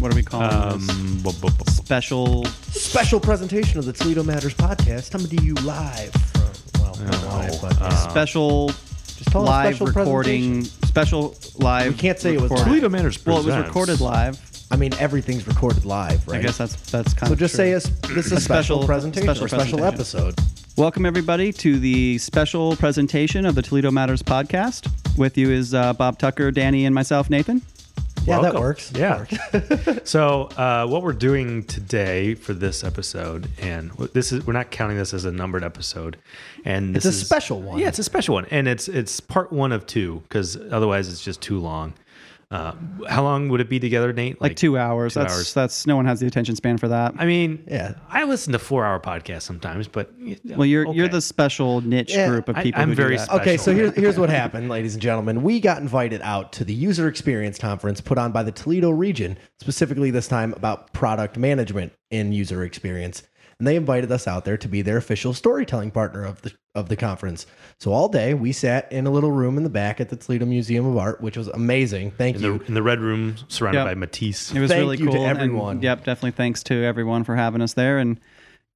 What are we calling this? Um, bu- bu- bu- bu- Special. Special presentation of the Toledo Matters podcast coming to you live from, well, not Oh, live, but uh, uh, special. Just call it a live special recording. Special live. We can't say it was recording. live. Toledo Manners Well, it was presents. recorded live. I mean, everything's recorded live, right? I guess that's that's kind So of. just true. say it's, this is a A special, special- presentation, special or special presentation. episode. Welcome everybody to the special presentation of the Toledo Matters podcast. With you is uh, Bob Tucker, Danny, and myself, Nathan. Yeah, that Welcome. works. That Yeah. works. so, uh, what we're doing today for this episode, and w- this is we're not counting this as a numbered episode, and this a is- special one. Yeah, it's a special one, and it's it's part one of two because otherwise it's just too long. Uh, how long would it be together, Nate? Like two hours. Two that's hours. that's no one has the attention span for that. I mean, Yeah. I listen to four-hour podcasts sometimes, but well, you're you're okay. the special niche Yeah, group of I- people. I'm who do very that. special. Okay, so here, here's what happened, ladies and gentlemen. We got invited out to the user experience conference put on by the Toledo region, specifically this time about product management in user experience. And they invited us out there to be their official storytelling partner of the of the conference. So all day we sat in a little room in the back at the Toledo Museum of Art, which was amazing. Thank you. the, in the red room surrounded Yep. by Matisse. It was Thank really you to cool. and, everyone. yep, definitely thanks to everyone for having us there and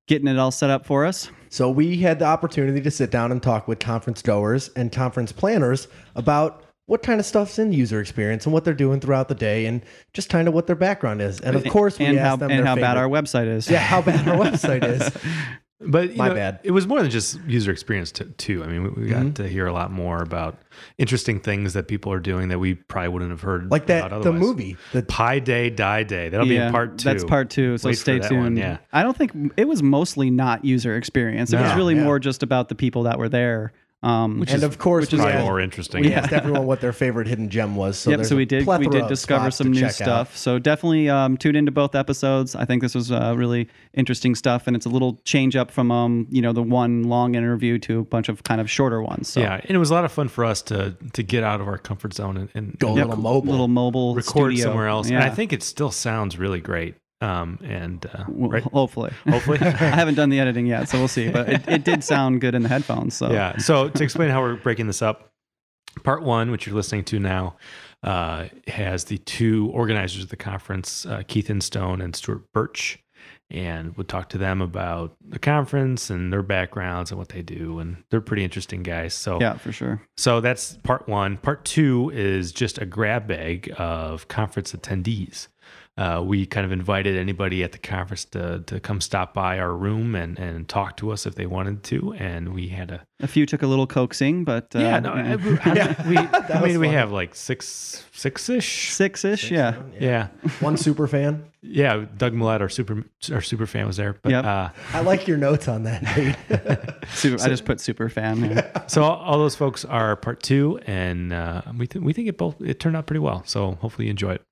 getting it all set up for us. So we had the opportunity to sit down and talk with conference goers and conference planners about what kind of stuff's in user experience and what they're doing throughout the day and just kind of what their background is. And of course, we and asked how them and their how bad favorite- our website is. yeah how bad our website is. But you My know, bad. Mm-hmm. It was more than just user experience to, too. I mean, we, we got to hear a lot more about interesting things that people are doing that we probably wouldn't have heard Like that about the otherwise. movie that Pie Day, Die Day. That'll be Yeah, in part two. That's part two. So Wait for stay that tuned. one, yeah. I don't think it was mostly not user experience. It was No. really Yeah. more just about the people that were there. Um, and of course we Probably asked, more interesting. we asked everyone what their favorite hidden gem was. So yep. there's So we a did we plethora did of discover spots some to new check out. stuff. So definitely um, tune into both episodes. I think this was uh, really interesting stuff, and it's a little change up from um you know the one long interview to a bunch of kind of shorter ones. So Yeah, and it was a lot of fun for us to to get out of our comfort zone and, and Go a and little mobile. little mobile record studio. somewhere else. Yeah. And I think it still sounds really great. Um, and uh, Well, right? Hopefully. hopefully, I haven't done the editing yet, so we'll see. But it, it did sound good in the headphones. So Yeah. So to explain how we're breaking this up, part one, which you're listening to now, uh, has the two organizers of the conference, uh, Keith Instone and Stuart Birch. And we'll talk to them about the conference and their backgrounds and what they do. And they're pretty interesting guys. So yeah, for sure. so that's part one. Part two is just a grab bag of conference attendees. Uh, we kind of invited anybody at the conference to, to come stop by our room and, and talk to us if they wanted to. And we had a A few took a little coaxing, but uh, yeah, no, I, I- we, I was mean, we fun. have like six, six ish. six ish. Yeah. Yeah. One super fan. Yeah. Doug Millett, our super, our super fan was there. But, Yep. uh, I like your notes on that. Nate. Super, I just put super fan. there. so all, all those folks are part two and, uh, we, th- we think it both, it turned out pretty well. So hopefully you enjoy it.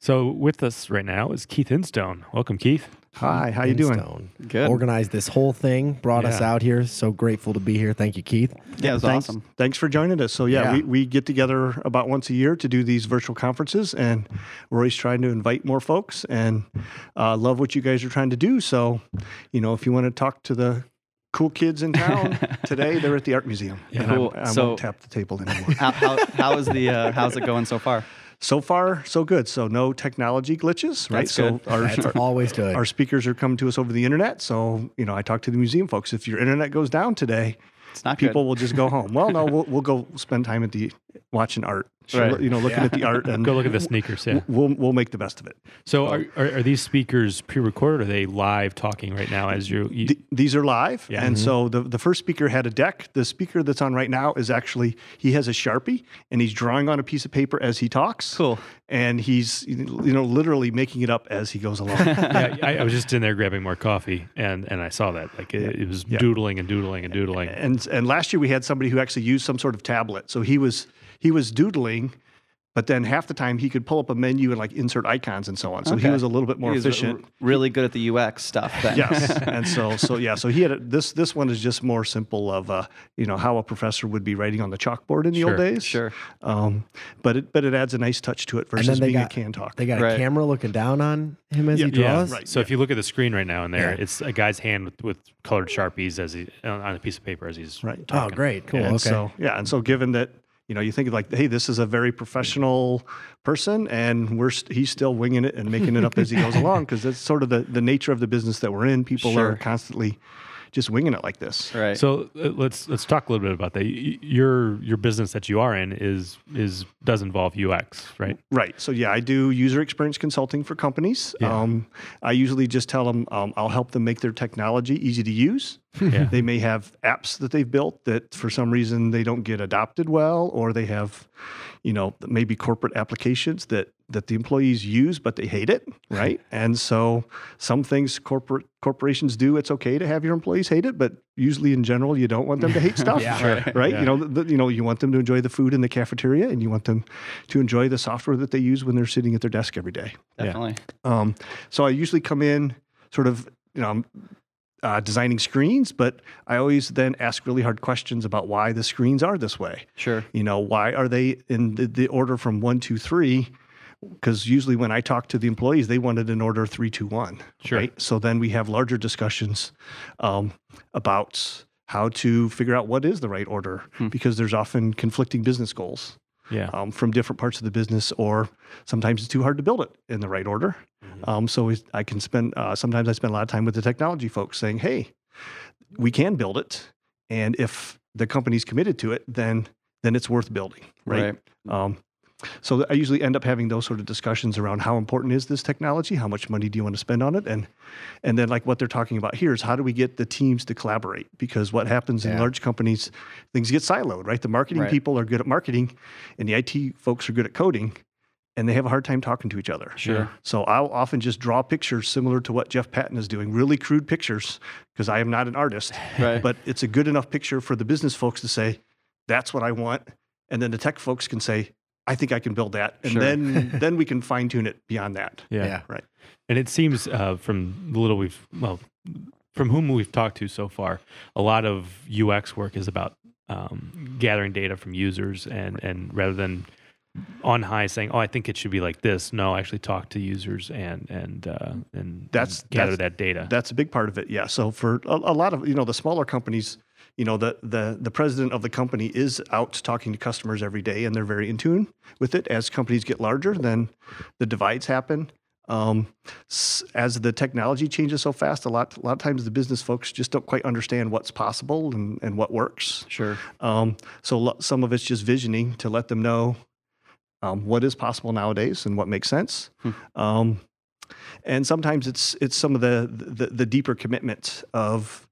So with us right now is Keith Instone. Welcome, Keith. Hi, how you doing? Stone. Good. Organized this whole thing, brought us Yeah. out here. So grateful to be here. Thank you, Keith. Yeah, it was Thanks, awesome. thanks for joining us. So yeah, Yeah. We, we get together about once a year to do these virtual conferences, and we're always trying to invite more folks. And uh, love what you guys are trying to do. So, you know, if you want to talk to the cool kids in town today, they're at the art museum, and Cool. I, I So- won't tap the table anymore. How, how, how is the uh, how's it going so far? so far, so good. So no technology glitches, right? That's so good. our, That's our always good. our speakers are coming to us over the internet. So you know, I talk to the museum folks. If your internet goes down today, It's not people will just go home. Well, no, we'll, we'll go spend time at the watching art. Sure, Right. You know, looking at the art and Go look at the sneakers. Yeah. We'll we'll make the best of it. Oh. So are, are, are these speakers pre-recorded? Or are they live talking right now as you? you Th- these are live, Yeah. Mm-hmm. and so the the first speaker had a deck. The speaker that's on right now is actually he has a sharpie and he's drawing on a piece of paper as he talks. Cool. And he's you know literally making it up as he goes along. yeah, I, I was just in there grabbing more coffee, and and I saw that like it, it was doodling and doodling and doodling. and and last year we had somebody who actually used some sort of tablet. So he was he was doodling But then half the time he could pull up a menu and like insert icons and so on. So he Okay. was a little bit more He was efficient. r- really good at the UX stuff. Then. yes and so so yeah so he had a, this this one is just more simple of uh, you know how a professor would be writing on the chalkboard in the Sure, old days sure. um, but it but it adds a nice touch to it versus they being got- a can talk They got a Right. camera looking down on him as Yeah, he yeah, draws. right. So if you look at the screen right now in there, Yeah. it's a guy's hand with, with colored sharpies as he on on a piece of paper as he's right Oh, talking. great, cool. and okay. so yeah and so given that you know you think of like hey this is a very professional person and we're st- he's still winging it and making it up as he goes along because that's sort of the, the nature of the business that we're in people Sure. are constantly just winging it like this Right. So uh, let's let's talk a little bit about that. Y- y- Your your business that you are in is is does involve UX, right? Right. So yeah, I do user experience consulting for companies. Yeah. Um, I usually just tell them um, I'll help them make their technology easy to use. Yeah. They may have apps that they've built that for some reason they don't get adopted well, or they have, you know, maybe corporate applications that that the employees use but they hate it, right? and so some things corporate corporations do. It's okay to have your employees hate it, but usually in general you don't want them to hate stuff Yeah. right? Yeah. You know, the, you know, you want them to enjoy the food in the cafeteria, and you want them to enjoy the software that they use when they're sitting at their desk every day. Definitely. Um, so I usually come in sort of, you know, I'm uh, designing screens, but I always then ask really hard questions about why the screens are this way. Sure. You know, why are they in the, the order from one, two, three? Because usually when I talk to the employees, they wanted an order three, two, one. Sure. So then we have larger discussions um, about how to figure out what is the right order because there's often conflicting business goals Yeah. um, from different parts of the business, or sometimes it's too hard to build it in the right order. Um, so is- I can spend uh, sometimes I spend a lot of time with the technology folks saying, "Hey, we can build it, and if the company's committed to it, then then it's worth building." Right. Right. Um, so th- I usually end up having those sort of discussions around how important is this technology, how much money do you want to spend on it, and and then like what they're talking about here is how do we get the teams to collaborate? Because what happens in Yeah. large companies, things get siloed, right? The marketing Right. people are good at marketing, and the IT folks are good at coding, and they have a hard time talking to each other. Sure. So I'll often just draw pictures similar to what Jeff Patton is doing, really crude pictures, because I am not an artist, Right. but it's a good enough picture for the business folks to say, that's what I want. And then the tech folks can say, I think I can build that. And Sure. then then we can fine tune it beyond that. yeah. yeah. And it seems uh, from the little we've well, from whom we've talked to so far, a lot of UX work is about um, gathering data from users and and rather than on high saying, "Oh, I think it should be like this." No, actually talk to users and and uh, and That's- gather that's- that data. That's a big part of it. Yeah. So for a, a lot of you know the smaller companies, you know the the the president of the company is out talking to customers every day, and they're very in tune with it. As companies get larger, then the divides happen. Um, s- as the technology changes so fast, a lot a lot of times the business folks just don't quite understand what's possible and, and what works. Sure. Um, so lo- some of it's just visioning to let them know um, what is possible nowadays and what makes sense. Hmm. Um, and sometimes it's it's some of the the, the deeper commitment of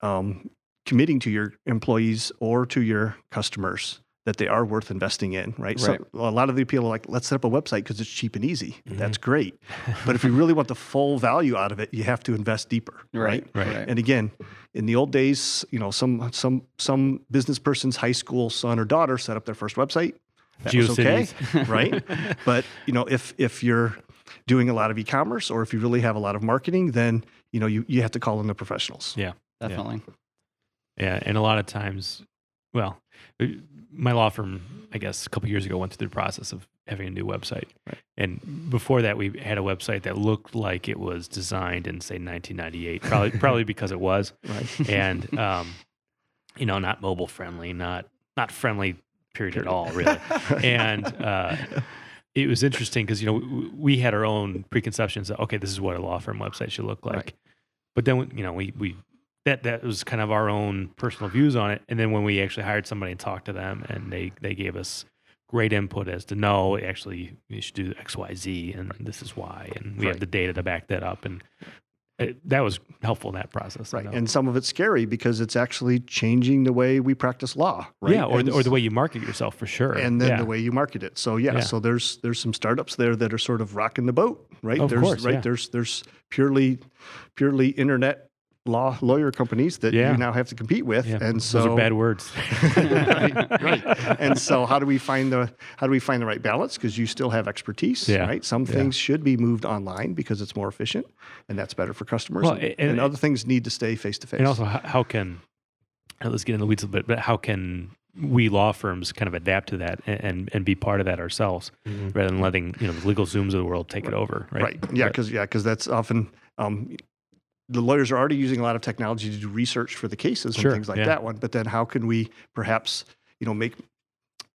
um, committing to your employees or to your customers that they are worth investing in, Right. right? So a lot of the people are like, let's set up a website because it's cheap and easy. That's Mm-hmm. great, but if you really want the full value out of it, you have to invest deeper, Right. Right. and again, in the old days, you know, some some some business person's high school son or daughter set up their first website. That was okay, right? but you know, if if you're doing a lot of e-commerce or if you really have a lot of marketing, then you know you you have to call in the professionals. Yeah. Definitely. Yeah, and a lot of times, well, uh, my law firm, I guess, a couple years ago went through the process of having a new website, Right. and before that, we had a website that looked like it was designed in say 1998, probably probably because it was, Right. and um, you know, not mobile friendly, not not friendly, period at all, really, and. Uh, it was interesting because you know w- we had our own preconceptions that okay this is what a law firm website should look like Right. but then you know we we that that was kind of our own personal views on it and then when we actually hired somebody and talked to them and they they gave us great input as to no actually you should do xyz and this is why and we have Right. the data to back that up and it, that was helpful in that process I Right. know. And some of it's scary because it's actually changing the way we practice law, right? yeah or, and the, or the way you market yourself for sure and then yeah. the way you market it. So yeah, Yeah. so there's there's some startups there that are sort of rocking the boat, right? Of there's course, right yeah. there's there's purely purely internet law lawyer companies that Yeah. you now have to compete with. Yeah. And so Those are bad words. right, right. And so, how do we find the how do we find the right balance? Because you still have expertise, Yeah. right? Some things should be moved online because it's more efficient, and that's better for customers. Well, and, a- and- and other things need to stay face to face. And also, how, how can uh, let's get in the weeds a little bit, but how can we law firms kind of adapt to that and and, and be part of that ourselves rather than letting you know the legal zooms of the world take it over, right? Mm-hmm. Right. Yeah, because yeah, because that's often um, the lawyers are already using a lot of technology to do research for the cases Sure, and things like yeah. that one. But then how can we perhaps you know make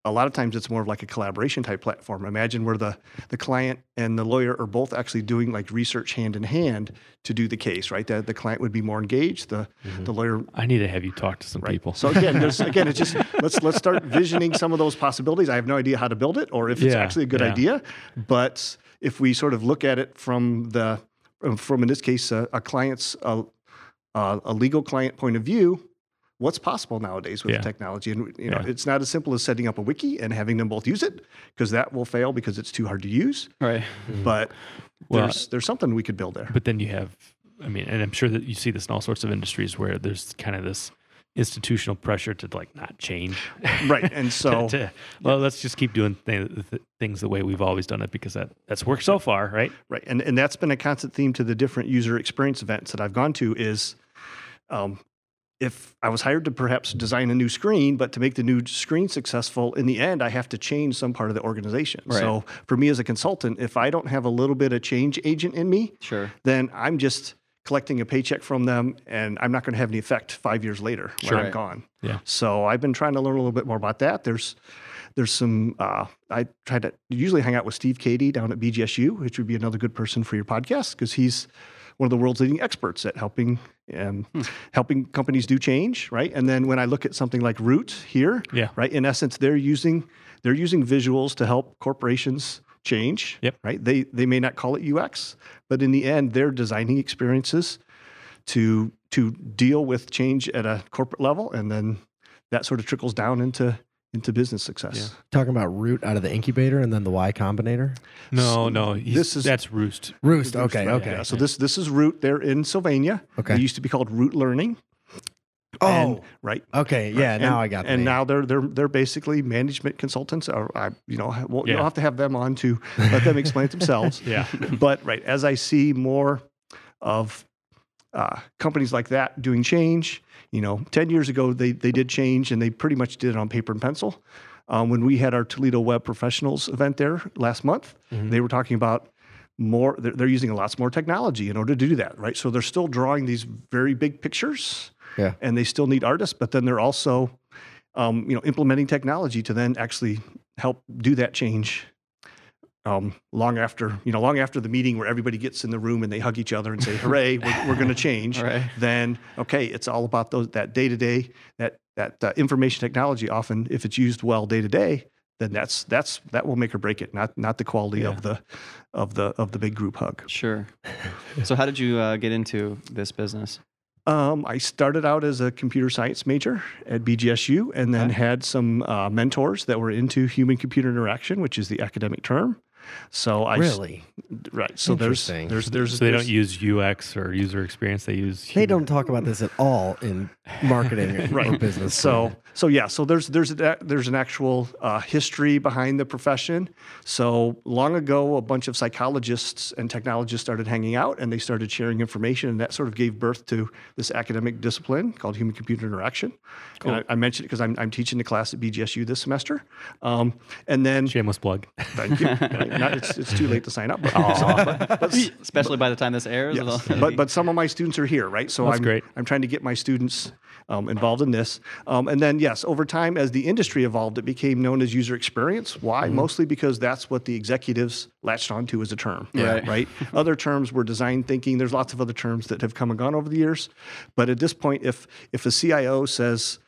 a lot of times it's more of like a collaboration type platform. Imagine where the the client and the lawyer are both actually doing like research hand in hand to do the case, right? That the client would be more engaged, the Mm-hmm. the lawyer I need to have you talk to some Right. people. So again, there's again, it's just let's let's start visioning some of those possibilities. I have no idea how to build it or if it's Yeah, actually a good yeah. idea, but if we sort of look at it from the um, from in this case a, a client's a, a a legal client point of view, what's possible nowadays with Yeah. the technology? And you know, Yeah. it's not as simple as setting up a wiki and having them both use it because that will fail because it's too hard to use. Right. But Mm. Well, there's there's something we could build there. But then you have, I mean, and I'm sure that you see this in all sorts of industries where there's kind of this institutional pressure to like not change. Right, and To- so- to, well, let's just keep doing th- th- things the way we've always done it because that that's worked so far, right? Right, and and that's been a constant theme to the different user experience events that I've gone to is, um, if I was hired to perhaps design a new screen, but to make the new screen successful, in the end I have to change some part of the organization. Right. So for me as a consultant, if I don't have a little bit of change agent in me, Sure. then I'm just collecting a paycheck from them, and I'm not going to have any effect five years later when Sure. I'm Right. gone. Yeah. So I've been trying to learn a little bit more about that. There's there's some uh, I try to usually hang out with Steve Cady down at BGSU, which would be another good person for your podcast because he's one of the world's leading experts at helping um, helping companies do change, right? And then when I look at something like Root here, Yeah. right? In essence, they're using they're using visuals to help corporations change. Yep. Right. They they may not call it UX, but in the end, they're designing experiences to to deal with change at a corporate level, and then that sort of trickles down into into business success. Talking about root out of the incubator and then the Y Combinator. No, no, he's, this is- that's roost. Roost. Okay. Right, Okay. yeah. So this this is Root. They're in Sylvania. Okay. It used to be called Root Learning. Oh. And- right. okay. Yeah. And- now I got. the And name. now they're they're they're basically management consultants. Or I, you know, well, Yeah. you'll have to have them on to let them explain it themselves. Yeah. but right as I see more of uh, companies like that doing change, you know, ten years ago they they did change and they pretty much did it on paper and pencil. Um, when we had our Toledo Web Professionals event there last month, they were talking about more. They're, they're using lots more technology in order to do that, right? So they're still drawing these very big pictures, Yeah. and they still need artists, but then they're also um, you know, implementing technology to then actually help do that change um, long after, you know, long after the meeting where everybody gets in the room and they hug each other and say, hooray, we're, we're going to change. Right. Then, okay, it's all about those, that day to day, that, that uh, information technology often, if it's used well day to day, then that's, that's, that will make or break it. Not, not the quality Yeah. of the, of the, of the big group hug. Sure. so how did you uh, get into this business? Um, I started out as a computer science major at BGSU and then Okay. had some uh, mentors that were into human computer interaction, which is the academic term. So I s- really, right. So there's Interesting. there's there's so they there's- don't use UX or user experience. They use they human- don't talk about this at all in marketing or business. So so yeah. So there's there's a, there's an actual uh, history behind the profession. So long ago, a bunch of psychologists and technologists started hanging out and they started sharing information, and that sort of gave birth to this academic discipline called human computer interaction. And I, I mentioned it because I'm I'm teaching the class at BGSU this semester. Um, and then shameless plug. thank you. Right, not- it's, it's too late to sign up. but- Especially by the time this airs. Yes. it'll- but but some of my students are here, right? So That's I'm great. I'm trying to get my students um, involved in this. Um, and then yes, over time as the industry evolved, it became known as user experience. Why? Mm-hmm. Mostly because that's what the executives latched onto as a term. Right. Right. other terms were design thinking. There's lots of other terms that have come and gone over the years. But at this point, if if a CIO says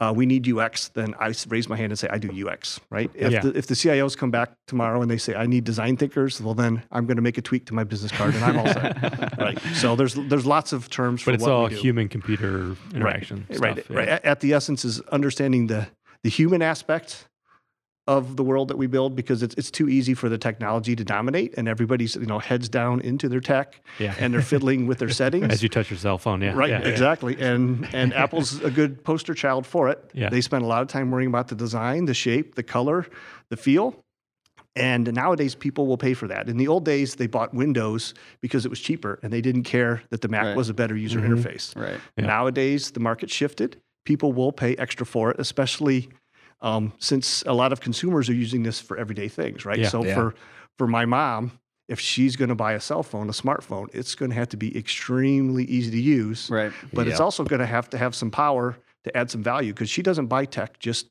uh, we need UX, then I s- raise my hand and say I do UX, right? If, Yeah. the, if the CIOs come back tomorrow and they say I need design thinkers, well then I'm going to make a tweak to my business card and I'm all set, right? So there's there's lots of terms for But it's what all we do. human computer interaction. right? stuff, yeah. Right. At the essence is understanding the the human aspect of the world that we build because it's it's too easy for the technology to dominate and everybody's you know heads down into their tech Yeah. and they're fiddling with their settings. As you touch your cell phone, yeah. Right, yeah, yeah. exactly. And and Apple's a good poster child for it. Yeah. They spend a lot of time worrying about the design, the shape, the color, the feel. And nowadays people will pay for that. In the old days they bought Windows because it was cheaper and they didn't care that the Mac Right. was a better user Mm-hmm. interface. Right. Yeah. Nowadays the market shifted. People will pay extra for it, especially um, since a lot of consumers are using this for everyday things, right? Yeah. So Yeah. for for my mom, if she's going to buy a cell phone, a smartphone, it's going to have to be extremely easy to use Right. but it's Yeah. also going to have to have some power to add some value because she doesn't buy tech just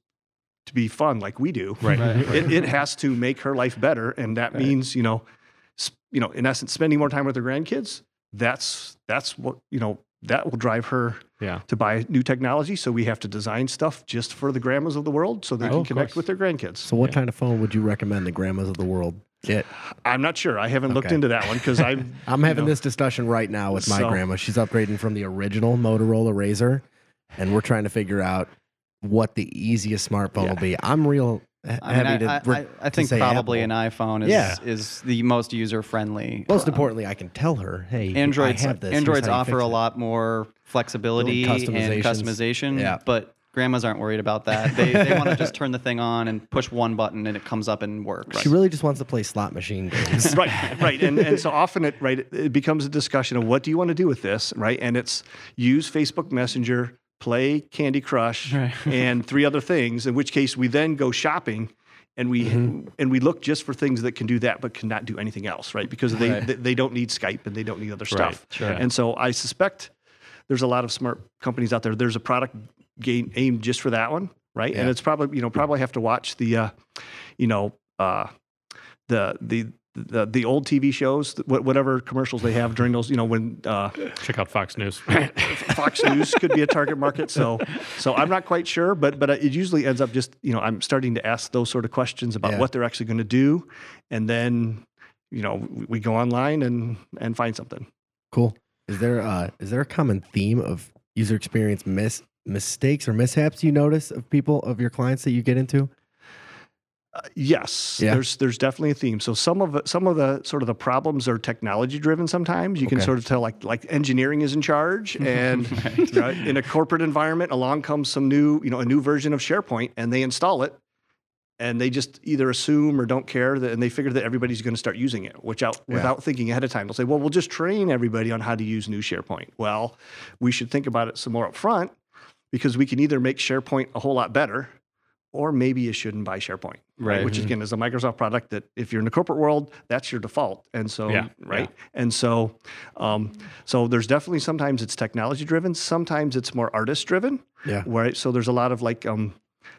to be fun like we do. Right. Right. It, it has to make her life better, and that Right. means you know, s- you know, in essence, spending more time with her grandkids. That's that's what you know that will drive her Yeah. to buy new technology. So we have to design stuff just for the grandmas of the world so they Right. Oh, can of connect course. with their grandkids. So, what Yeah. kind of phone would you recommend the grandmas of the world get? I'm not sure. I haven't looked Okay. into that one because I I'm having know. this discussion right now with my So- grandma. She's upgrading from the original Motorola Razor, and we're trying to figure out what the easiest smartphone Yeah. will be. I'm real he- I mean, heavy I, to. I- re- I, I think say probably Apple. an iPhone is Yeah. is the most user friendly. most importantly, I can tell her, "Hey, Androids I have this. Here's Androids how you offer fix a it. lot more flexibility Little and customizations. customization, Yeah. but grandmas aren't worried about that. They, they want to just turn the thing on and push one button and it comes up and works. She really just wants to play slot machine games. right right and and so often it right it becomes a discussion of what do you want to do with this right and it's use facebook messenger play candy crush and three other things in which case we then go shopping and we and we look just for things that can do that but cannot do anything else right because they they, they don't need skype and they don't need other stuff sure. and so i suspect there's a lot of smart companies out there there's a product game aimed just for that one right and Yeah. it's probably you know probably have to watch the uh you know uh the the the, the old TV shows, wh- whatever commercials they have during those, you know, when uh, Check out Fox News. Fox News could be a target market. So, so I'm not quite sure, but but it usually ends up just you know I'm starting to ask those sort of questions about Yeah. what they're actually going to do, and then you know we- we go online and and find something. Cool. Is there uh is there a common theme of user experience mis mistakes or mishaps you notice of people of your clients that you get into? Yes, Yeah. there's there's definitely a theme. So some of the- some of the sort of the problems are technology driven. Sometimes you can Okay. sort of tell like like engineering is in charge, and right, in a corporate environment, along comes some new you know a new version of SharePoint, and they install it, and they just either assume or don't care, that, and they figure that everybody's going to start using it, which out Yeah. without thinking ahead of time, they'll say, well, we'll just train everybody on how to use new SharePoint. Well, we should think about it some more up front because we can either make SharePoint a whole lot better, or maybe you shouldn't buy SharePoint Right. which again is a Microsoft product that if you're in the corporate world, that's your default. And so, Yeah, right. And so, um, so there's definitely sometimes it's technology driven, sometimes it's more artist driven, Yeah. right? So there's a lot of like, um,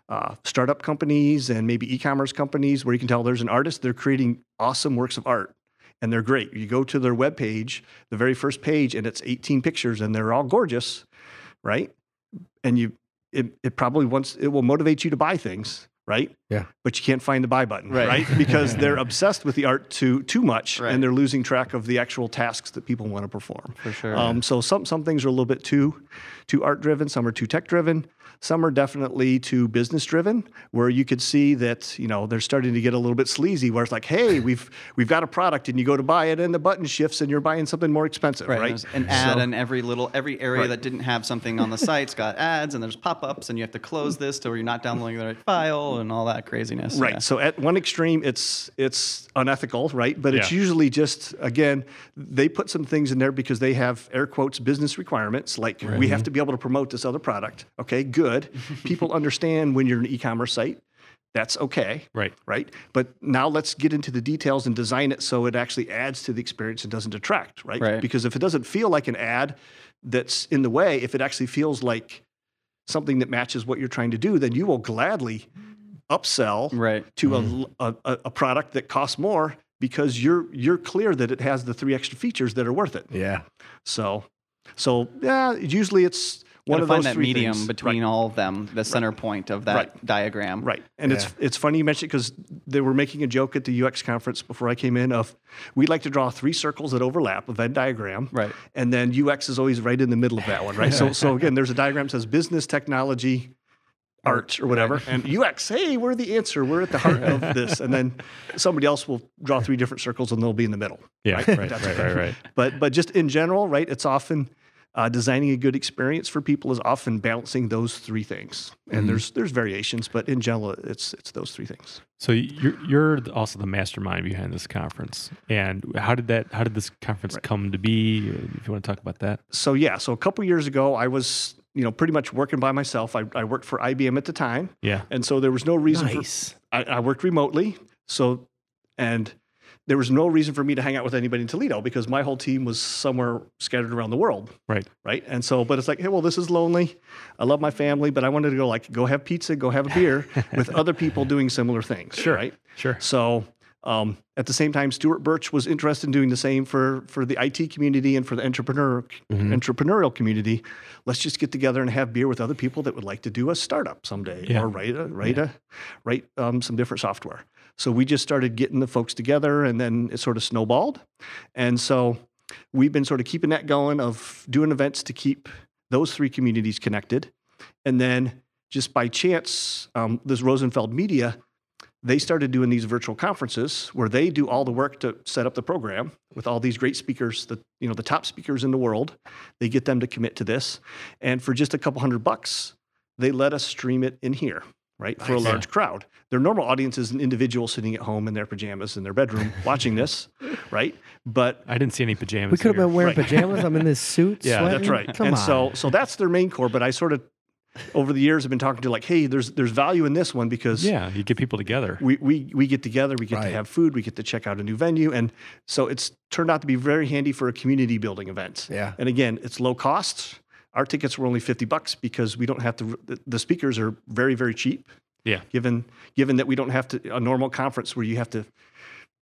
uh, startup companies and maybe e-commerce companies where you can tell there's an artist, they're creating awesome works of art and they're great. You go to their webpage, the very first page, and it's 18 pictures and they're all gorgeous, right? And you, it, it probably wants, it will motivate you to buy things, right? Yeah. But you can't find the buy button, Right. right? Because they're obsessed with the art too, too much Right. and they're losing track of the actual tasks that people want to perform. for sure. Um, so some some things are a little bit too too art driven, some are too tech driven, some are definitely too business driven, where you could see that you know they're starting to get a little bit sleazy, where it's like, hey, we've we've got a product, and you go to buy it, and the button shifts, and you're buying something more expensive, Right. right? and There's an ad So- on every little every area Right. that didn't have something on the site's got ads and there's pop-ups and you have to close this or you're not downloading the right file and all that craziness. Right. Yeah. So at one extreme, it's it's unethical, right? But it's Yeah. usually just again, they put some things in there because they have air quotes business requirements, like we have to be able to promote this other product. Okay, good. People understand when you're an e-commerce site, that's okay, right. right? But now let's get into the details and design it so it actually adds to the experience and doesn't detract, right? Right. Because if it doesn't feel like an ad that's in the way, if it actually feels like something that matches what you're trying to do, then you will gladly upsell Right. Mm-hmm. to a l- a, a, a product that costs more because you're you're clear that it has the three extra features that are worth it. Yeah. So, so yeah, usually it's one Gotta of find those that three medium things. between all of them, the center point of that Right. diagram. Right. And it's it's funny you mentioned because they were making a joke at the UX conference before I came in of we like to draw three circles that overlap, a Venn diagram. Right. And then UX is always right in the middle of that one, right? so so again, there's a diagram that says business technology arts or whatever. And UX, hey, we're the answer. We're at the heart of this. And then somebody else will draw three different circles and they'll be in the middle. Yeah, right, right, right, right, right. But but just in general, right? It's often uh, designing a good experience for people is often balancing those three things. And there's there's variations, but in general, it's it's those three things. So you're you're the- also the mastermind behind this conference. And how did that? How did this conference come to be? If you want to talk about that, so yeah, so a couple years ago, I was you know pretty much working by myself. I, I worked for IBM at the time, yeah, and so there was no reason. Nice. For, I, I worked remotely, so and there was no reason for me to hang out with anybody in Toledo because my whole team was somewhere scattered around the world, right. right? And so, but it's like, hey, well, this is lonely. I love my family, but I wanted to go like go have pizza, go have a beer with other people doing similar things, sure, right? Sure. So um, at the same time, Stuart Birch was interested in doing the same for for the IT community and for the entrepreneur Mm-hmm. entrepreneurial community. Let's just get together and have beer with other people that would like to do a startup someday Yeah. or write a, write a write um, some different software. So we just started getting the folks together, and then it sort of snowballed. And so we've been sort of keeping that going of doing events to keep those three communities connected. And then just by chance, um, this Rosenfeld Media, they started doing these virtual conferences where they do all the work to set up the program with all these great speakers, the you know the top speakers in the world. They get them to commit to this, and for just a couple hundred bucks, they let us stream it in here, right, for a Nice. large crowd. Their normal audience is an individual sitting at home in their pajamas in their bedroom watching this, right? But I didn't see any pajamas. We could have here. been wearing Right. pajamas. I'm in this suit. Yeah, sweating. that's right. Come and on. so so that's their main core. But I sort of over the years have been talking to like, hey, there's there's value in this one because Yeah, you get people together. we, we, we get together, we get to Right. have food, we get to check out a new venue. And so it's turned out to be very handy for a community building event. Yeah. And again, it's low cost. Our tickets were only 50 bucks because we don't have to, the- the speakers are very, very cheap. Yeah. Given, given that we don't have to, a normal conference where you have to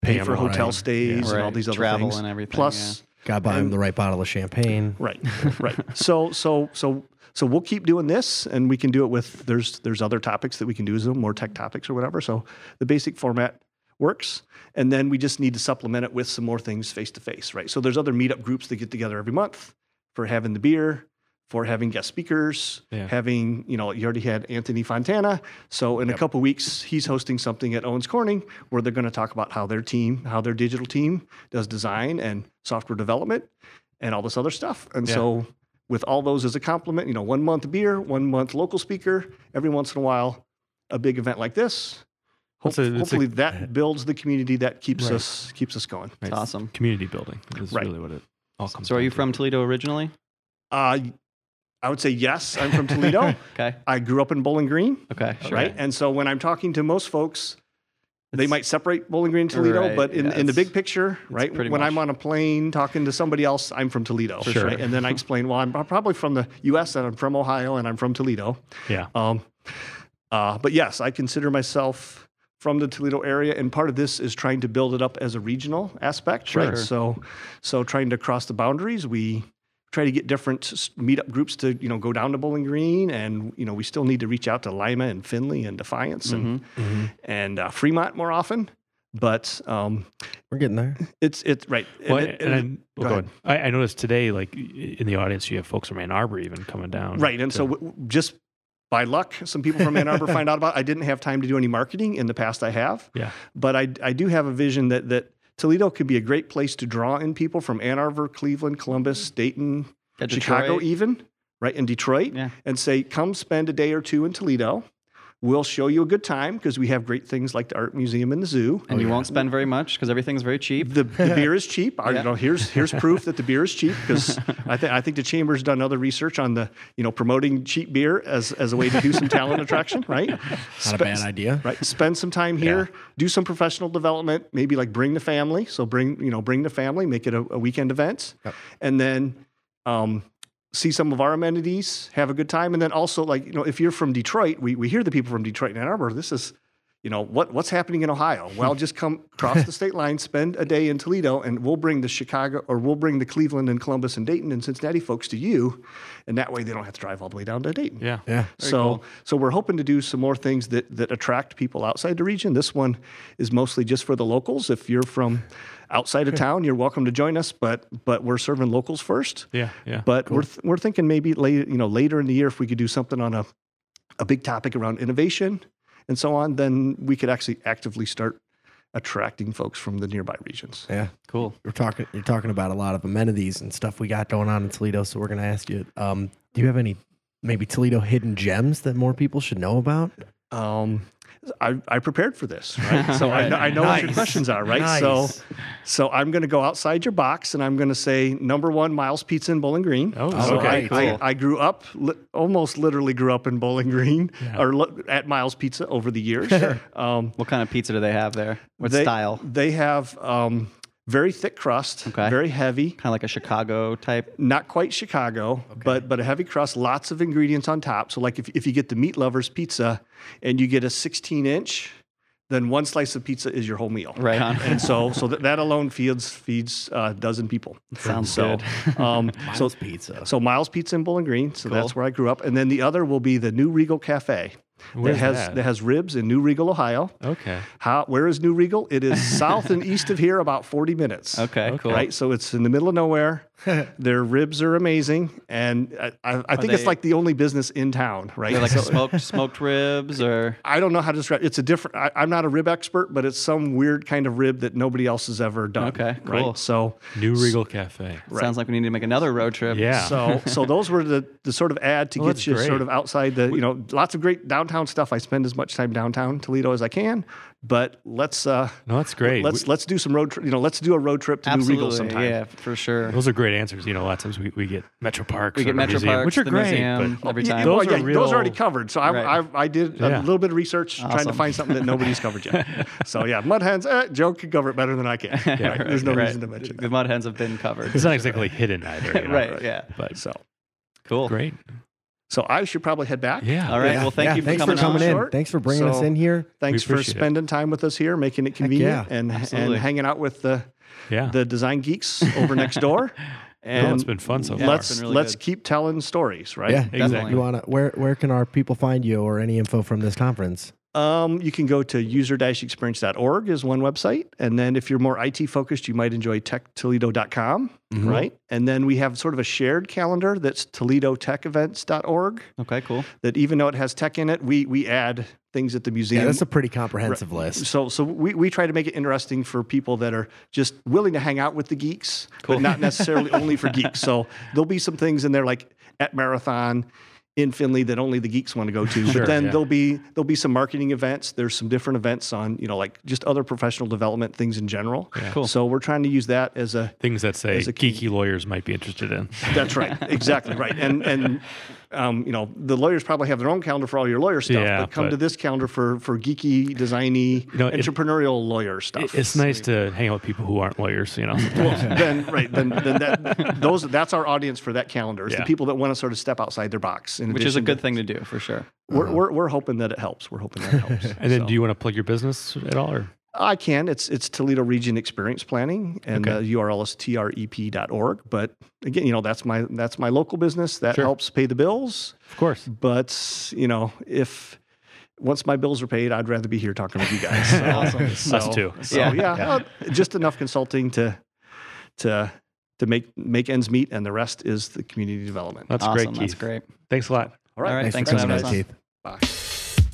pay, Pay 'em for hotel right. stays and all Right. these other Travel things. and everything, Plus, Got to buy him the right bottle of champagne. right, right. So, so, so, so we'll keep doing this and we can do it with, there's, there's other topics that we can do as well, more tech topics or whatever. So the basic format works and then we just need to supplement it with some more things face to face right so there's other meetup groups that get together every month for having the beer for having guest speakers Yeah. having you know you already had anthony fontana so in a couple weeks he's hosting something at owens corning where they're going to talk about how their team how their digital team does design and software development and all this other stuff and Yeah. so with all those as a compliment you know one month beer one month local speaker every once in a while a big event like this Hope, It's a- it's a- hopefully that builds the community that keeps Right. us keeps us going. It's awesome. Community building is Right. really what it all comes. So, are down you to. from Toledo originally? Uh, I would say yes. I'm from Toledo. Okay. I grew up in Bowling Green, Okay. Sure. right? And so when I'm talking to most folks, they It's- might separate Bowling Green and Toledo, Right, but in, yeah, in the big it's- picture, right? pretty When much- I'm on a plane talking to somebody else, I'm from Toledo, For sure. right? And then I explain, well, I'm probably from the U.S. and I'm from Ohio and I'm from Toledo. Yeah. Um, uh, but yes, I consider myself from the Toledo area, and part of this is trying to build it up as a regional aspect, Sure. right? So, so trying to cross the boundaries, we try to get different s- meetup groups to you know go down to Bowling Green, and you know we still need to reach out to Lima and Finley and Defiance Mm-hmm. and Mm-hmm. and uh, Fremont more often. But um, We're getting there. it's it's right. and Well, it- and it- I'm- well, go go ahead. ahead. I, I noticed today, like i- in the audience, you have folks from Ann Arbor even coming down. Right. And so, w- w- just by luck, some people from Ann Arbor find out about. I didn't have time to do any marketing in the past. I have. Yeah. But I I do have a vision that that Toledo could be a great place to draw in people from Ann Arbor, Cleveland, Columbus, Dayton, Yeah, Chicago, Detroit. even right in Detroit, Yeah. and say, come spend a day or two in Toledo. We'll show you a good time because we have great things like the art museum and the zoo. And you won't spend very much because everything's very cheap. The, the beer is cheap. I, Yeah. you know, here's here's proof that the beer is cheap because I think I think the chamber's done other research on the you know promoting cheap beer as as a way to do some talent attraction. Right? Not Not a bad idea. Right. Spend some time here. Do some professional development. Maybe like bring the family. So bring you know bring the family. Make it a, a weekend event, and then. Um, see some of our amenities, have a good time, and then also like you know, if you're from Detroit, we, we hear the people from Detroit and Ann Arbor. This is, you know, what what's happening in Ohio? Well, just come cross the state line, spend a day in Toledo, and we'll bring the Chicago or we'll bring the Cleveland and Columbus and Dayton and Cincinnati folks to you, and that way they don't have to drive all the way down to Dayton. Yeah. Yeah. So, so we're hoping to do some more things that that attract people outside the region. This one is mostly just for the locals. If you're from outside of town, you're welcome to join us, but but we're serving locals first. Yeah. Yeah. But we're th- we're thinking maybe late, you know, later in the year if we could do something on a a big topic around innovation and so on, then we could actually actively start attracting folks from the nearby regions. Yeah. Cool. We're talking. You're talking about a lot of amenities and stuff we got going on in Toledo. So we're going to ask you. Um, do you have any maybe Toledo hidden gems that more people should know about? Um, I, I prepared for this, right? So I know, I know what your Nice. questions are, right? Nice. So so I'm going to go outside your box and I'm going to say number one, Miles Pizza in Bowling Green. Oh, So okay, I, cool. I, I grew up, li- almost literally grew up in Bowling Green or li- at Miles Pizza over the years. um, What kind of pizza do they have there? What they, style? Kind They have um, very thick crust, Okay. very heavy, of like a Chicago type. not quite Chicago, but but a heavy crust, lots of ingredients on top. So like if, if you get the meat lovers pizza and you get a 16 inch, then one slice of pizza is your whole meal. Right on. And so so that, that alone feeds feeds uh, a dozen people. Sounds so, good. um, so Miles pizza. so Miles Pizza in Bowling Green. So that's Cool. where I grew up. And then the other will be the New Regal Cafe. Where's that has that? that has ribs in New Regal, Ohio. Okay. How, where is New Regal? It is south and east of here, about 40 minutes. Okay, cool. Right? So it's in the middle of nowhere. Their ribs are amazing. And I, I, I think it's they- like the only business in town, right? They're like So smoked smoked ribs or I don't know how to describe It's a different, I, I'm not a rib expert, but it's some weird kind of rib that nobody else has ever done. Okay, cool. Right? So, New Regal Cafe. Right. sounds like we need to make another road trip. Yeah. so, so those were the, the sort of ad to Well, get that's you great. sort of outside the, you know, lots of great downtown stuff. I spend as much time downtown Toledo as I can, but let's, uh, no, that's great. Let's We- let's do some road trip. You know, let's do a road trip to New Regal Absolutely, sometime. yeah, for sure. those are great answers. You know, a lot of times we, we get Metro Parks. We or get the Metro museum, Parks, which are the great. museum, but every Yeah, time. well, Those yeah, are those are already real- covered. So I, Right. I, I did Yeah. a little bit of research trying to Awesome. find something that nobody's covered yet. so yeah, mud hens. Eh, Joe could cover it better than I can. Right? There's no Right. reason to mention The that. mud hens have been covered. it's not exactly hidden either. you know, right, yeah. But So Cool. great. so I should probably head back. Yeah. All right. Yeah, well, thank yeah, you for thanks coming, for coming on. in. Short. Thanks for bringing us So- in here. Thanks for appreciate it. spending time with us here, making it convenient, and Absolutely. and hanging out with the Yeah. the design geeks over next door. And No, it's been fun so Yeah. far. It's let's been really let's good. keep telling stories, right? Yeah, Exactly. You wanna where where can our people find you or any info from this conference? Um, you can go to user-experience.org is one website. And then if you're more IT focused, you might enjoy techtoledo.com, Mm-hmm. right? And then we have sort of a shared calendar that's toledotechevents.org Okay, cool. that even though it has tech in it, we we add things at the museum. Yeah, that's a pretty comprehensive list. so so we, we try to make it interesting for people that are just willing to hang out with the geeks, but not necessarily only for geeks. So there'll be some things in there like at marathon in Finley that only the geeks want to go to. Sure, but then yeah. there'll be there'll be some marketing events. There's some different events on, you know, like just other professional development things in general. Cool. So we're trying to use that as a Things that say There's a key- Oh, geeky lawyers might be interested in. that's right. Exactly right. And and um, you know, the lawyers probably have their own calendar for all your lawyer stuff, Yeah, but come but- to this calendar for for geeky, designy, know, it- entrepreneurial lawyer stuff. It's nice to hang out with people who aren't lawyers, you know. then right then, then that those that's our audience for that calendar is Yeah. the people that want to sort of step outside their box in Which is a addition good to- thing to do for sure. we're, we're, we're hoping that it helps we're hoping that it helps and then do you want to plug your business at all or i can it's it's toledo region experience planning and uh, Okay. the url is trep.org but again you know that's my that's my local business that Sure. helps pay the bills of course. but you know if once my bills are paid i'd rather be here talking with you guys so, Awesome. so- Us too. so Yeah. yeah, uh, just enough consulting to to to make make ends meet and the rest is the community development That's awesome. great, Keith. That's great. Thanks a lot. All right. All right. Thanks thanks, for for coming having us on, on. Keith.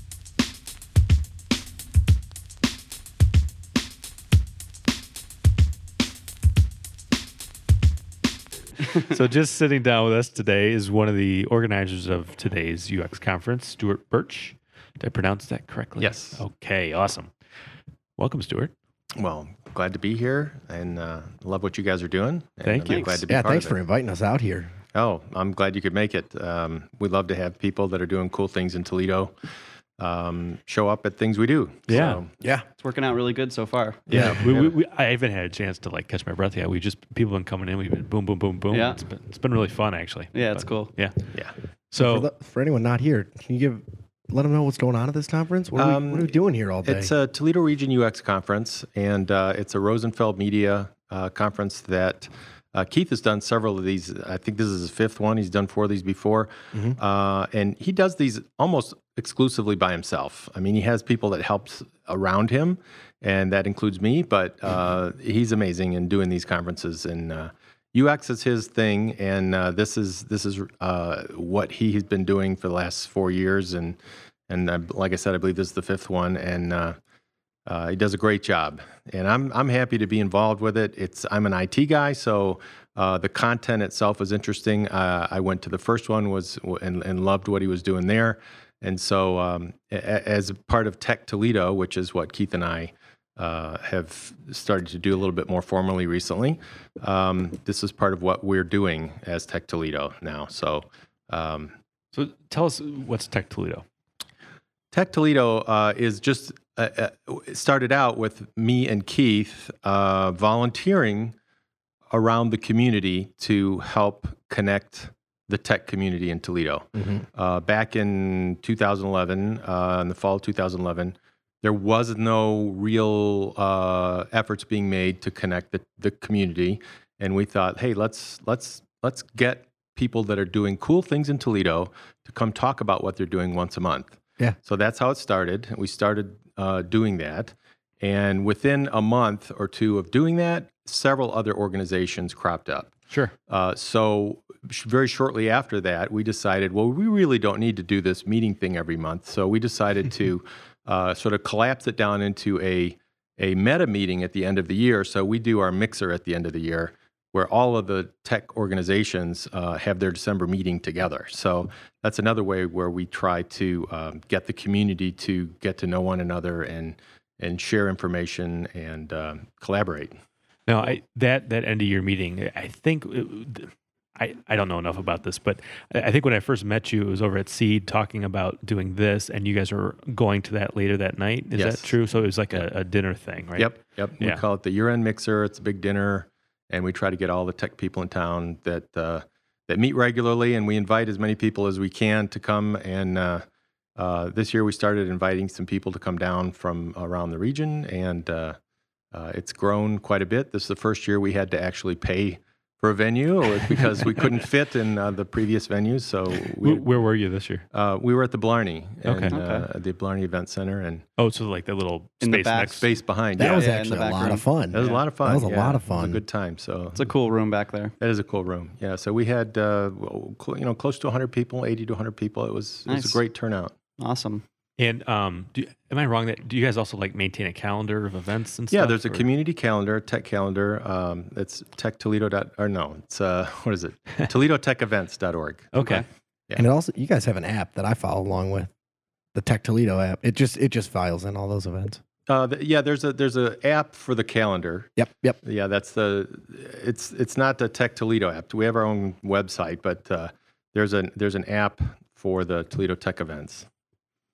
so just sitting down with us today is one of the organizers of today's UX conference, Stuart Birch. Did I pronounce that correctly? Yes. Okay, awesome. Welcome, Stuart. Well, glad to be here and uh, love what you guys are doing. And Thank I'm you. Glad to be Yeah, part thanks of for it. inviting us out here. Oh, I'm glad you could make it. Um, we love to have people that are doing cool things in Toledo um, show up at things we do. Yeah. So, Yeah. It's working out really good so far. yeah. We, we, we, I haven't had a chance to like catch my breath yet. We just people been coming in. We've been boom, boom, boom, boom. Yeah. It's been it's been really fun actually. Yeah, it's But- cool. Yeah. yeah. So For, the, for anyone not here, can you give let them know what's going on at this conference? What are, we, Um, what are we doing here all day? It's uh, a Toledo Region UX conference, and uh, it's a Rosenfeld Media uh, conference that uh, Keith has done several of these. I think this is his fifth one. He's done four of these before, uh, and he does these almost exclusively by himself. I mean, he has people that helps around him, and that includes me. But uh, he's amazing in doing these conferences, and uh, UX is his thing, and uh, this is this is uh, what he has been doing for the last four years, and and I, like I said, I believe this is the fifth one, and uh, uh, he does a great job, and I'm I'm happy to be involved with it. It's I'm an IT guy, so uh, the content itself was interesting. Uh, I went to the first one was and, and loved what he was doing there, and so um, a- a- as a part of Tech Toledo, which is what Keith and I uh, have started to do a little bit more formally recently. Um, this is part of what we're doing as Tech Toledo now. So, um, So tell us what's Tech Toledo. Tech Toledo uh, is just uh, uh, it started out with me and Keith uh, volunteering around the community to help connect the tech community in Toledo. Uh, back in 2011, uh, in the fall of 2011, there was no real uh, efforts being made to connect the, the community, and we thought, hey, let's let's let's get people that are doing cool things in Toledo to come talk about what they're doing once a month. Yeah. So that's how it started. We started uh, doing that. And within a month or two of doing that, several other organizations cropped up. Sure. Uh, so sh- very shortly after that, we decided, well, we really don't need to do this meeting thing every month. So we decided to uh, sort of collapse it down into a a meta meeting at the end of the year. So we do our mixer at the end of the year, where all of the tech organizations uh, have their December meeting together. So that's another way where we try to um, get the community to get to know one another and and share information and um collaborate. No, I that that end of year meeting. I think it- I I don't know enough about this, but I I think when I first met you, it was over at Seed talking about doing this, and you guys were going to that later that night. Is Yes. that true? So it was like a, a dinner thing, right? Yep, yep. Yeah. We call it the year-end mixer. It's a big dinner, and we try to get all the tech people in town that uh, that meet regularly, and we invite as many people as we can to come. And uh, uh, this year, we started inviting some people to come down from around the region, and uh, uh, it's grown quite a bit. This is the first year we had to actually pay for a venue it was because we couldn't fit in uh, the previous venues. So Where, we where were you this year? uh, we were at the Blarney, and, Okay. uh, Okay. at the Blarney Event Center, and Oh, so like the little In the space back next. space behind. That yeah. was Yeah, in actually the a back lot room. of fun. That was a lot of fun. was a yeah. lot of It was fun. a good time. So It's a cool room back there. that is a cool room. Yeah. So we had uh, well, cl- you know close to 100 people, 80 to 100 people. It was it was Nice. a great turnout. Awesome. And um, do, am I wrong that do you guys also like maintain a calendar of events and stuff? yeah. There's a or- community calendar, tech calendar. Um, it's tech Toledo dot or no, it's uh, what is it? Toledo Tech Events dot org. Okay. And it also, you guys have an app that I follow along with, the Tech Toledo app. It just it just files in all those events. Uh, th- yeah. There's a there's a app for the calendar. Yep, yep. Yeah. That's the it's it's not the Tech Toledo app. We have our own website, but uh, there's an there's an app for the Toledo Tech Events.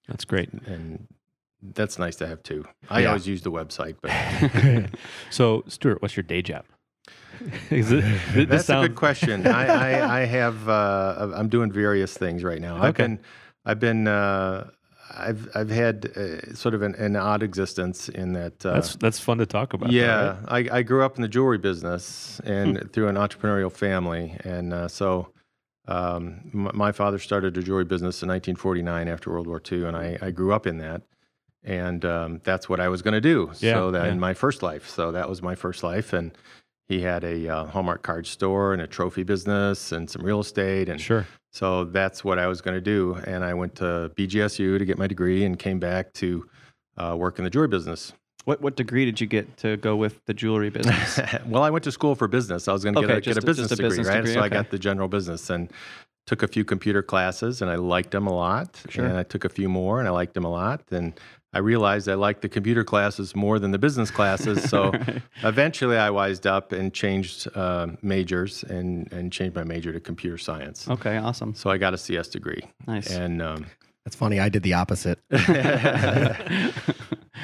That's great. and that's nice to have too. I Yeah. always use the website, but so, Stuart, what's your day job? Is it- th- this that's a sounds- good question. I, I, I have uh, I'm doing various things right now. I've Okay. been I've been uh, I've I've had uh, sort of an, an odd existence in that. Uh, That's that's fun to talk about. though, right? Hmm. yeah, I, I grew up in the jewelry business and through an entrepreneurial family, and uh, so um, my, my father started a jewelry business in 1949 after World War II, and I, I grew up in that, and um, that's what I was going to do. Yeah, so that yeah. in my first life, so that was my first life, and he had a uh, Hallmark card store and a trophy business and some real estate, and Sure. so that's what I was going to do. And I went to BGSU to get my degree and came back to uh, work in the jewelry business. What what degree did you get to go with the jewelry business? well, I went to school for business. I was going to Okay, get, a, just get a- a business just a degree, business right? degree, So I okay. got the general business and took a few computer classes, and I liked them a lot. Sure. And I took a few more, and I liked them a lot. And I realized I liked the computer classes more than the business classes. So eventually, I wised up and changed uh, majors and and changed my major to computer science. okay, awesome. So I got a CS degree, Oh. Nice. and um, That's funny. I did the opposite.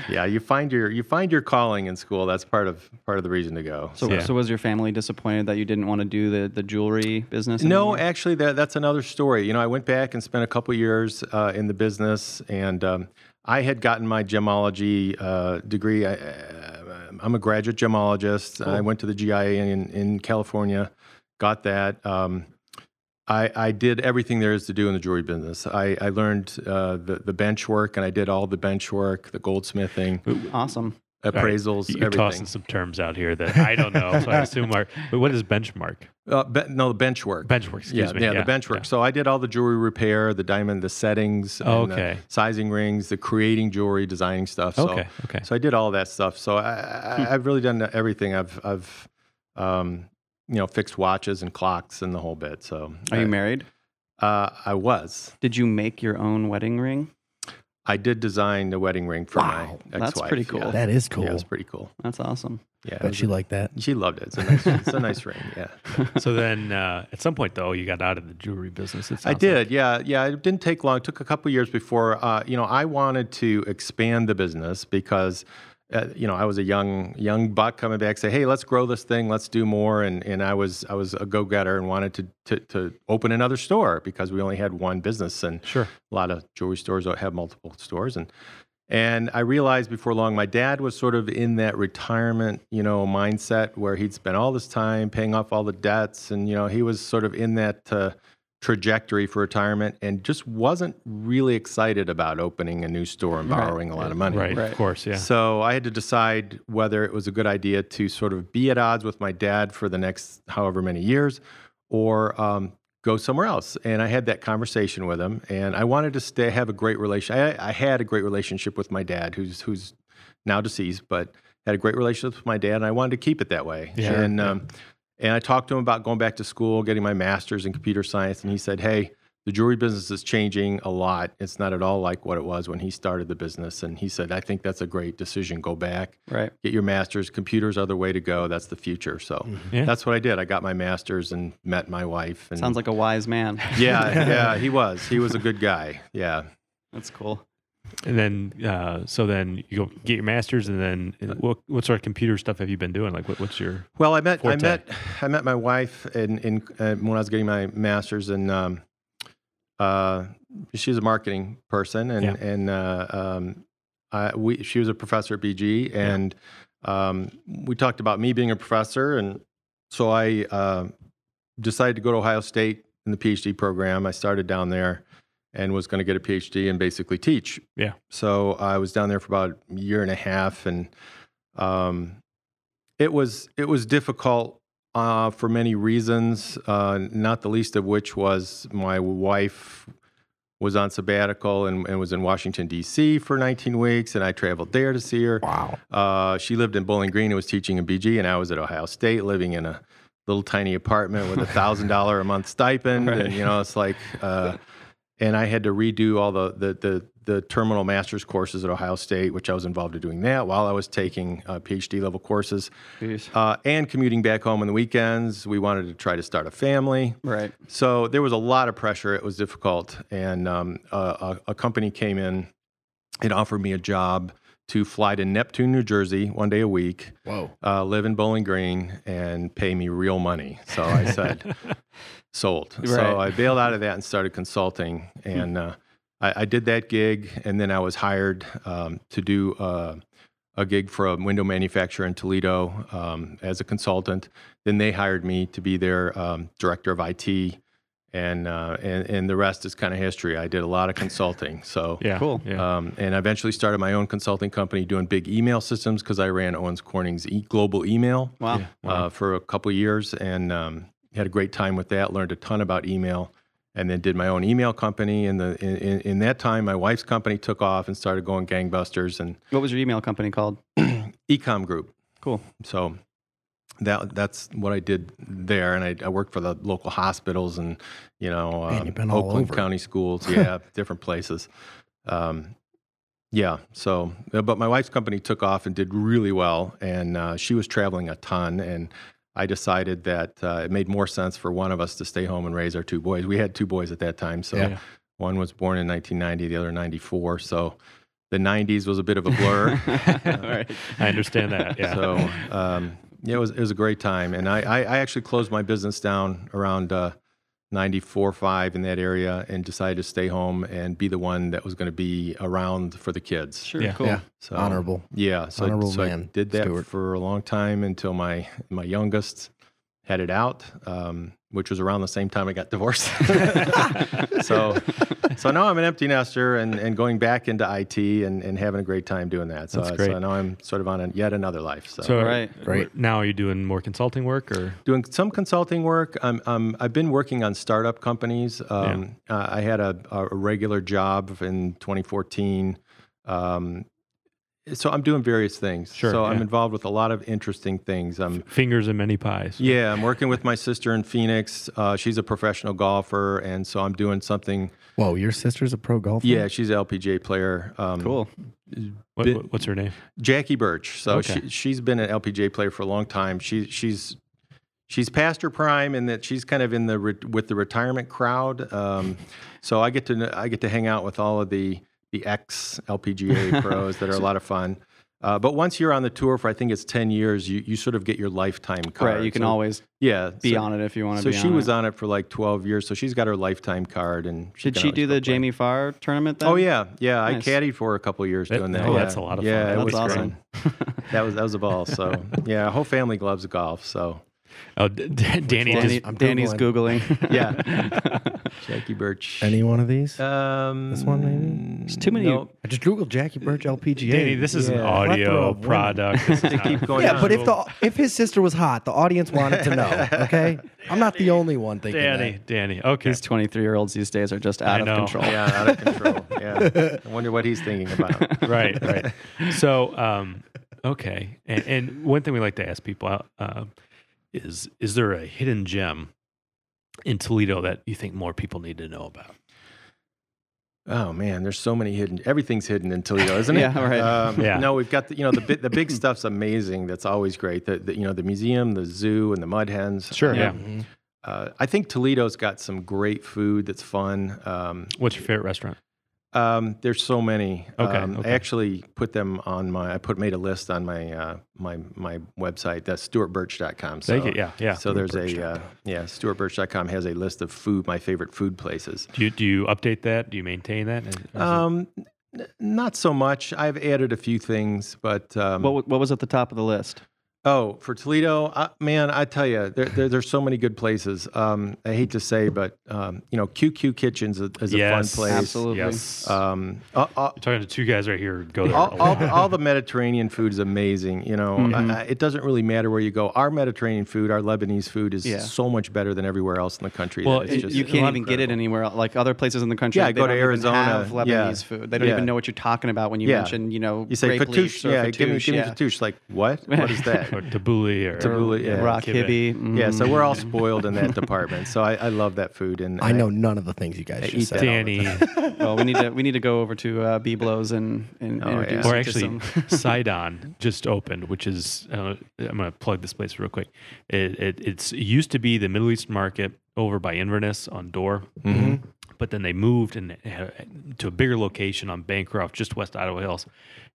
yeah, you find your you find your calling in school. That's part of part of the reason to go. So, Yeah. so was your family disappointed that you didn't want to do the, the jewelry business? No, anymore? actually, that that's another story. You know, I went back and spent a couple years uh, in the business, and um, I had gotten my gemology uh, degree. I, uh, I'm a graduate gemologist. I went to the GIA in in California, got that. Um, I, I did everything there is to do in the jewelry business. I, I learned uh, the, the bench work and I did all the bench work, the goldsmithing. awesome. appraisals, You're tossing everything. some terms out here that I don't know. so I assume are. But what is benchmark? Uh, be- no, the bench work. Benchmark. Excuse yeah, me. Yeah, the bench work. So I did all the jewelry repair, the diamond, the settings, and the Okay. sizing rings, the creating jewelry, designing stuff. So, Okay, okay. So I did all that stuff. So I, I, I've really done everything. I've, I've, um, you know, fixed watches and clocks and the whole bit. So Are you married? Uh, I was. Did you make your own wedding ring? I did design the wedding ring for Wow, my ex-wife. that's pretty cool. Yeah. That is cool. Yeah, it was pretty cool. That's awesome. Yeah, it Bet was she liked that. a- she loved it. It's a nice, it's a nice ring. Yeah, so then, uh, at some point though, you got out of the jewelry business. it I sounds like. did. Yeah, yeah. It didn't take long. It took a couple years before. Uh, you know, I wanted to expand the business because. Uh, you know, I was a young young buck coming back, say, "Hey, let's grow this thing, let's do more." And and I was I was a go getter and wanted to, to to open another store because we only had one business, and Sure. a lot of jewelry stores that have multiple stores and and I realized before long my dad was sort of in that retirement, you know, mindset where he'd spent all this time paying off all the debts and you know, he was sort of in that uh, trajectory for retirement and just wasn't really excited about opening a new store and borrowing a lot of money. Right, Of course. Yeah. So I had to decide whether it was a good idea to sort of be at odds with my dad for the next however many years or um, go somewhere else. And I had that conversation with him and I wanted to stay, have a great relation. I, I had a great relationship with my dad who's, who's now deceased, but had a great relationship with my dad and I wanted to keep it that way. Yeah. And, um, and I talked to him about going back to school, getting my master's in computer science. And he said, Hey, the jewelry business is changing a lot. It's not at all like what it was when he started the business. And he said, I think that's a great decision. Go back, Right. get your master's. Computers are the way to go. That's the future. So Mm-hmm. Mm-hmm. Yeah. that's what I did. I got my master's and met my wife. And Sounds like a wise man. yeah, yeah, he was. He was a good guy. Yeah. That's cool. And then, uh, so then you go get your master's, and then Uh, and what, what sort of computer stuff have you been doing? Like, what, what's your Well, I met I Forte. met I met my wife in in uh, when I was getting my master's and um, uh, she's a marketing person and Yeah. and uh, um, I, we she was a professor at BG and um, we talked about me being a professor and so I uh, decided to go to Ohio State in the PhD program. I started down there and was going to get a PhD and basically teach. Yeah. So I was down there for about a year and a half and um, it was it was difficult uh, for many reasons, uh, not the least of which was my wife was on sabbatical and, and was in Washington D.C. for 19 weeks, and I traveled there to see her. Wow. Uh, she lived in Bowling Green and was teaching in BG, and I was at Ohio State living in a little tiny apartment with a thousand dollar a month stipend, and you know it's like, uh, and I had to redo all the the the the terminal master's courses at Ohio State, which I was involved in doing that while I was taking uh, PhD level courses, Jeez. uh, and commuting back home on the weekends. We wanted to try to start a family. Right. So there was a lot of pressure. It was difficult, and um, a, a, a company came in and offered me a job to fly to Neptune, New Jersey, one day a week, Whoa. uh, live in Bowling Green, and pay me real money. So Oh, I said, sold. Right. So I bailed out of that and started consulting, Hmm. and uh, I, I did that gig, and then I was hired um, to do. Uh, a gig for a window manufacturer in Toledo um, as a consultant. Then they hired me to be their um, director of IT, and uh, and and the rest is kind of history. I did a lot of consulting, so yeah Cool. Yeah. Um, and I eventually started my own consulting company doing big email systems because I ran Owens Corning's e- global email Wow. Yeah. uh, for a couple years and um, had a great time with that. Learned a ton about email, and then did my own email company. And the in, in, in that time, my wife's company took off and started going gangbusters. And What was your email company called? Ecom Group. Cool. So that that's what I did there, and I, I worked for the local hospitals and you know Man, um, you've been all Oakland over. County schools, yeah, different places. Um, yeah, so uh, but my wife's company took off and did really well, and uh, she was traveling a ton, and I decided that uh, it made more sense for one of us to stay home and raise our two boys. We had two boys at that time, so Yeah. one was born in 1990, the other 94. So the 90s was a bit of a blur. right. I understand that. Yeah. So um, yeah, it was it was a great time, and I I, I actually closed my business down around uh, ninety four five in that area, and decided to stay home and be the one that was going to be around for the kids. Sure. Yeah. Cool. Yeah. So, Honorable. Yeah, so, I- Honorable so I man, did that Stuart. for a long time until my my youngest had it out. Um, which was around the same time I got divorced. so, so now I'm an empty nester and, and going back into IT and, and having a great time doing that. So, That's uh, great. so now I'm sort of on a, yet another life. So, So uh, Right. Right. now are you doing more consulting work or doing some consulting work. I'm, I'm, I've been working on startup companies. Um, uh, I had a, a regular job in 2014. Um, so I'm doing various things. Sure, so I'm yeah. involved with a lot of interesting things. I'm fingers in many pies? yeah, I'm working with my sister in Phoenix. Uh, she's a professional golfer, and so I'm doing something. Whoa, your sister's a pro golfer. Yeah, she's an LPGA player. Um, Cool. What, Bi- what- what's her name? Jackie Birch. So Okay. she, she's been an LPGA player for a long time. She, she's she's past her prime, and that she's kind of in the re, with the retirement crowd. Um, so I get to kn- I get to hang out with all of the the ex LPGA pros that are a lot of fun. Uh, but once you're on the tour for I think it's ten years, you, you sort of get your lifetime card. Right. You can So- always yeah be so- on it if you want to So be she on was it. on it for like 12 years. So she's got her lifetime card, and Did can she always do go the play. Jamie Farr tournament then? Oh yeah, yeah. Nice. I caddied for her a couple of years That- doing that. oh, yeah. that's a lot of Yeah, fun. it That's was awesome. fun. that was that was a ball. So yeah, her whole family loves golf. So Oh, D- D- Danny Danny, just I'm Danny's Googling. Googling. yeah, Jackie Birch. Any one of these? um, This one maybe? There's too many- nope. I just Googled Jackie Birch LPGA. Danny, this is an uh, Yeah. Plethora audio of women. product. This is not- keep going yeah, on. but if the if his sister was hot, the audience wanted to know. Okay, I'm not the only one thinking Danny, Danny. Okay. These 23 year olds these days are just out of know. control. Yeah, out of control. Yeah, I wonder what he's thinking about. right, right. So, um, okay. And, and one thing we like to ask people out uh, is: Is there a hidden gem in Toledo that you think more people need to know about? Oh man, there's so many hidden. Everything's hidden in Toledo, isn't it? Yeah, right. Um, Yeah. No, we've got the you know the bi- the big stuff's amazing. That's always great. The, the you know the museum, the zoo, and the mud hens. Um, Yeah. that. Mhm. Uh, I think Toledo's got some great food that's fun. Um, What's your favorite restaurant? um, there's so many. Okay, Um, okay. I actually put them on my. I put made a list on my uh, my my website. That's stuartbirch.com. So, Thank you. Yeah, yeah. So there's a uh, yeah. Stuartbirch.com has a list of food. My favorite food places. Do you, do you update that? Do you maintain that? Is- is it- Um, n- not so much. I've added a few things, but um, What, wa- what was at the top of the list? oh, for Toledo, uh, man, I tell you, there, there, there's so many good places. Um, I hate to say, but um, you know, QQ Kitchens is, is yes, a fun place. Absolutely. Yes. Um, uh, uh, You're talking to two guys right here. who Go there. all, a all, lot. all the Mediterranean food is amazing. You know, Mm-hmm. I, I, it doesn't really matter where you go. Our Mediterranean food, our Lebanese food, is Yeah. so much better than everywhere else in the country. Well, that it- it's just you can't even get it incredible. anywhere else. like other places in the country. Yeah, they go to don't even Arizona. Have Lebanese Yeah. food. They don't Yeah. even know what you're talking about when you Yeah. mention, you know, You say grape leaves fattoush, or yeah, give me, fattoush, give me yeah. fattoush. Like what? What is that? or tabbouleh or Tabbouleh, yeah. rock Give it. hibby. Yeah, so Mm. we're all spoiled in Mm. that department. So I, I love that food, and I know none of the things you guys I just eat said. that. Danny, well, we need to we need to go over to uh, B Blows and and Oh, introduce yeah. you or to actually some- Sidon just opened, which is uh, I'm going to plug this place real quick. It, it it's it used to be the Middle East market over by Inverness on Door, Mm-hmm. but then they moved and had, to a bigger location on Bancroft, just west of Ottawa Hills,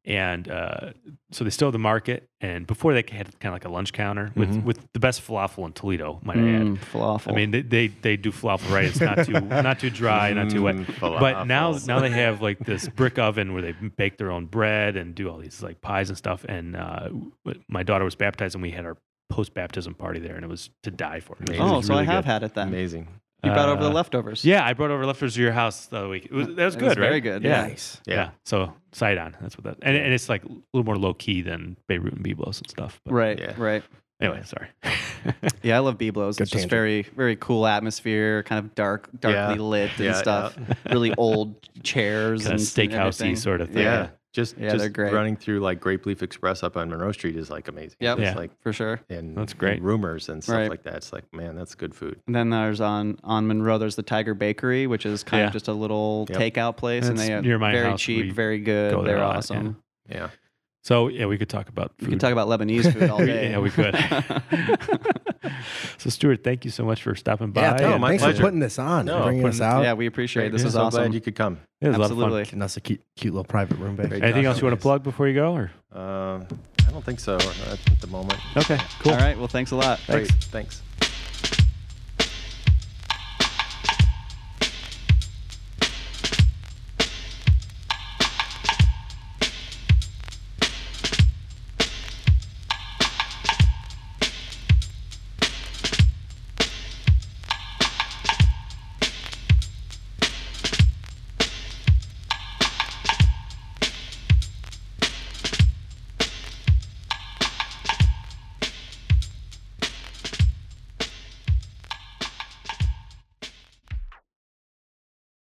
and uh, so they still have the market. And before they had kind of like a lunch counter with Mm-hmm. with the best falafel in Toledo, might I add. Mm, falafel. I mean, they, they they do falafel right. It's not too not too dry, not too wet. Mm, But now falafels. now they have like this brick oven where they bake their own bread and do all these like pies and stuff. And uh, w- my daughter was baptized, and we had our post baptism party there, and it was to die for. It was oh, really so I have good. had it then. amazing. You brought over the Uh, leftovers. Yeah, I brought over leftovers to your house the other week. It was, that was It good, was right? very good, Yeah. yeah. Nice. Yeah. Yeah. So Sidon, that's what that, and, and it's like a little more low key than Beirut and Biblos and stuff. But Right, Yeah. right. Anyway, sorry. Yeah, I love B blows. Good It's just tangent. very, very cool atmosphere, kind of dark, darkly Yeah. lit and Yeah, stuff. Really old chairs Kind and of steakhousey everything. sort of Yeah, thing. just Yeah, they're just great. running through like Grape Leaf Express up on Monroe Street is like amazing. Yep. Just, Yeah. like for sure. and That's great. Rumors and stuff Right. like that. It's like man, that's good food. And then there's on on Monroe. There's the Tiger Bakery, which is kind Yeah. of just a little Yep. takeout place, and That's they are near my very house. cheap, We very go good. there They're a lot, awesome. yeah. Yeah, So yeah, we could talk about We can food. talk about Lebanese food all day. yeah, we could. so Stuart, thank you so much for stopping by. Yeah, no, and- my thanks pleasure. for putting this on, No, bringing us out. yeah, we appreciate it. This I'm is so awesome. Glad you could come. It was a lot of fun. Absolutely. And that's a cute, cute little private room back. Great Anything job, else you want to guys. plug before you go? Or Um, Uh, I don't think so at the moment. okay, cool. All right. Well, thanks a lot. Great. Thanks.